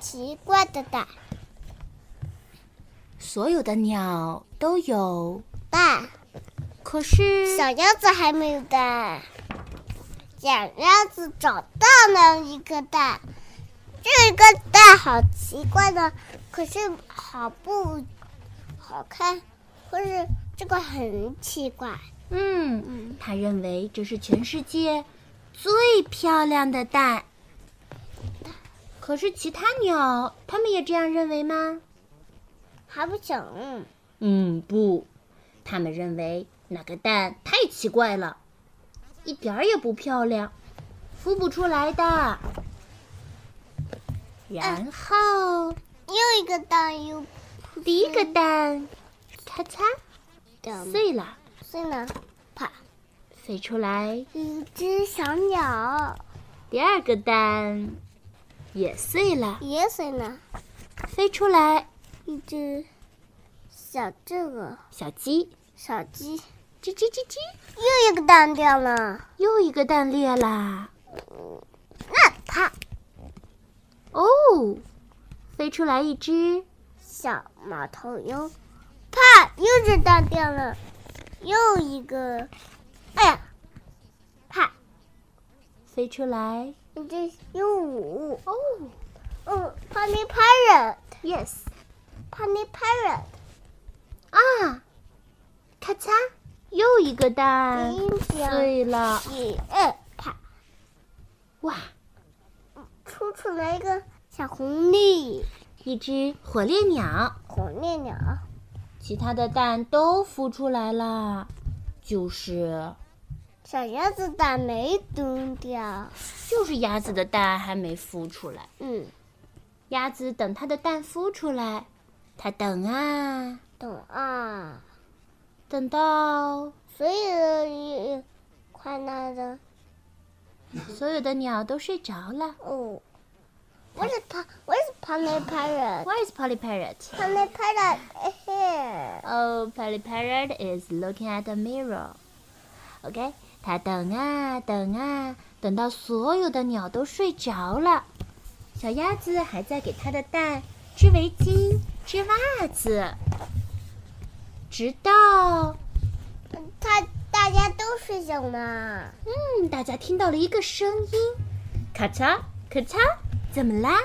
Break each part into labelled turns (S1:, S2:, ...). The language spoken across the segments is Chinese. S1: 奇怪的蛋。
S2: 所有的鸟都有，
S1: 蛋，
S2: 可是
S1: 小鸭子还没有蛋。小鸭子找到了一个蛋，这个蛋好奇怪呢，可是好不好看，可是这个很奇怪。
S2: 嗯，他认为这是全世界最漂亮的蛋。可是其他鸟，它们也这样认为吗？
S1: 还不行，
S2: 嗯，不，它们认为那个蛋太奇怪了，一点儿也不漂亮，孵不出来的。然后
S1: 又一个蛋又
S2: 呃第一个蛋，咔嚓
S1: 掉了，
S2: 碎了，
S1: 所以呢，啪，
S2: 飞出来
S1: 一只小鸟，
S2: 第二个蛋，也碎了，
S1: 也所以呢，
S2: 飞出来
S1: 一只小这个
S2: 小鸡，
S1: 小鸡，
S2: 吱吱吱吱，
S1: 又一个蛋掉了，
S2: 又一个蛋裂啦。
S1: 那啪，
S2: 哦，飞出来一只，
S1: 小猫头鹰，啪，又是蛋掉了，又一个，哎呀，啪，
S2: 飞出来
S1: 一只鹦鹉，
S2: 哦
S1: 嗯，Pony Parrot，Pony
S2: ，yes，
S1: Parrot，
S2: 啊，咔嚓，又一个蛋
S1: 音响
S2: 碎了，
S1: 起，嗯，啪，
S2: 哇，
S1: 出出来一个小红绿
S2: 一只火烈鸟，
S1: 红烈鸟，
S2: 其他的蛋都孵出来了，就是
S1: 小鸭子蛋没丢掉，
S2: 就是鸭子的蛋还没孵出来，
S1: 嗯，
S2: 鸭子等它的蛋孵出来，它等啊
S1: 懂啊。
S2: 等到
S1: 所以的快乐的
S2: 所有的鸟都睡着了。
S1: 哦，我是他，我是旁边拍人，
S2: Where is Polly Parrot?
S1: 旁边拍人，嘿嘿，
S2: Oh, Polly Parrot is looking at the mirror. OK，它等啊等啊，等到所有的鸟都睡着了，小鸭子还在给它的蛋织围巾、织袜子，直到
S1: 他大家都睡醒了，
S2: 嗯，大家听到了一个声音，咔嚓咔嚓，怎么啦？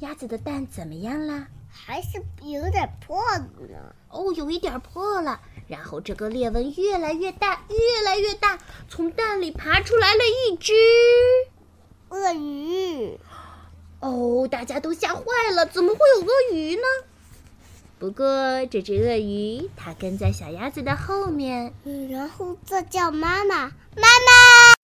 S2: 鸭子的蛋怎么样啦？
S1: 还是有点破呢。
S2: 哦，有一点破了。然后这个裂纹越来越大，越来越大，从蛋里爬出来了一只。
S1: 鳄鱼，
S2: 哦，大家都吓坏了，怎么会有鳄鱼呢？不过这只鳄鱼它跟在小鸭子的后面，
S1: 嗯然后这叫妈妈，妈妈。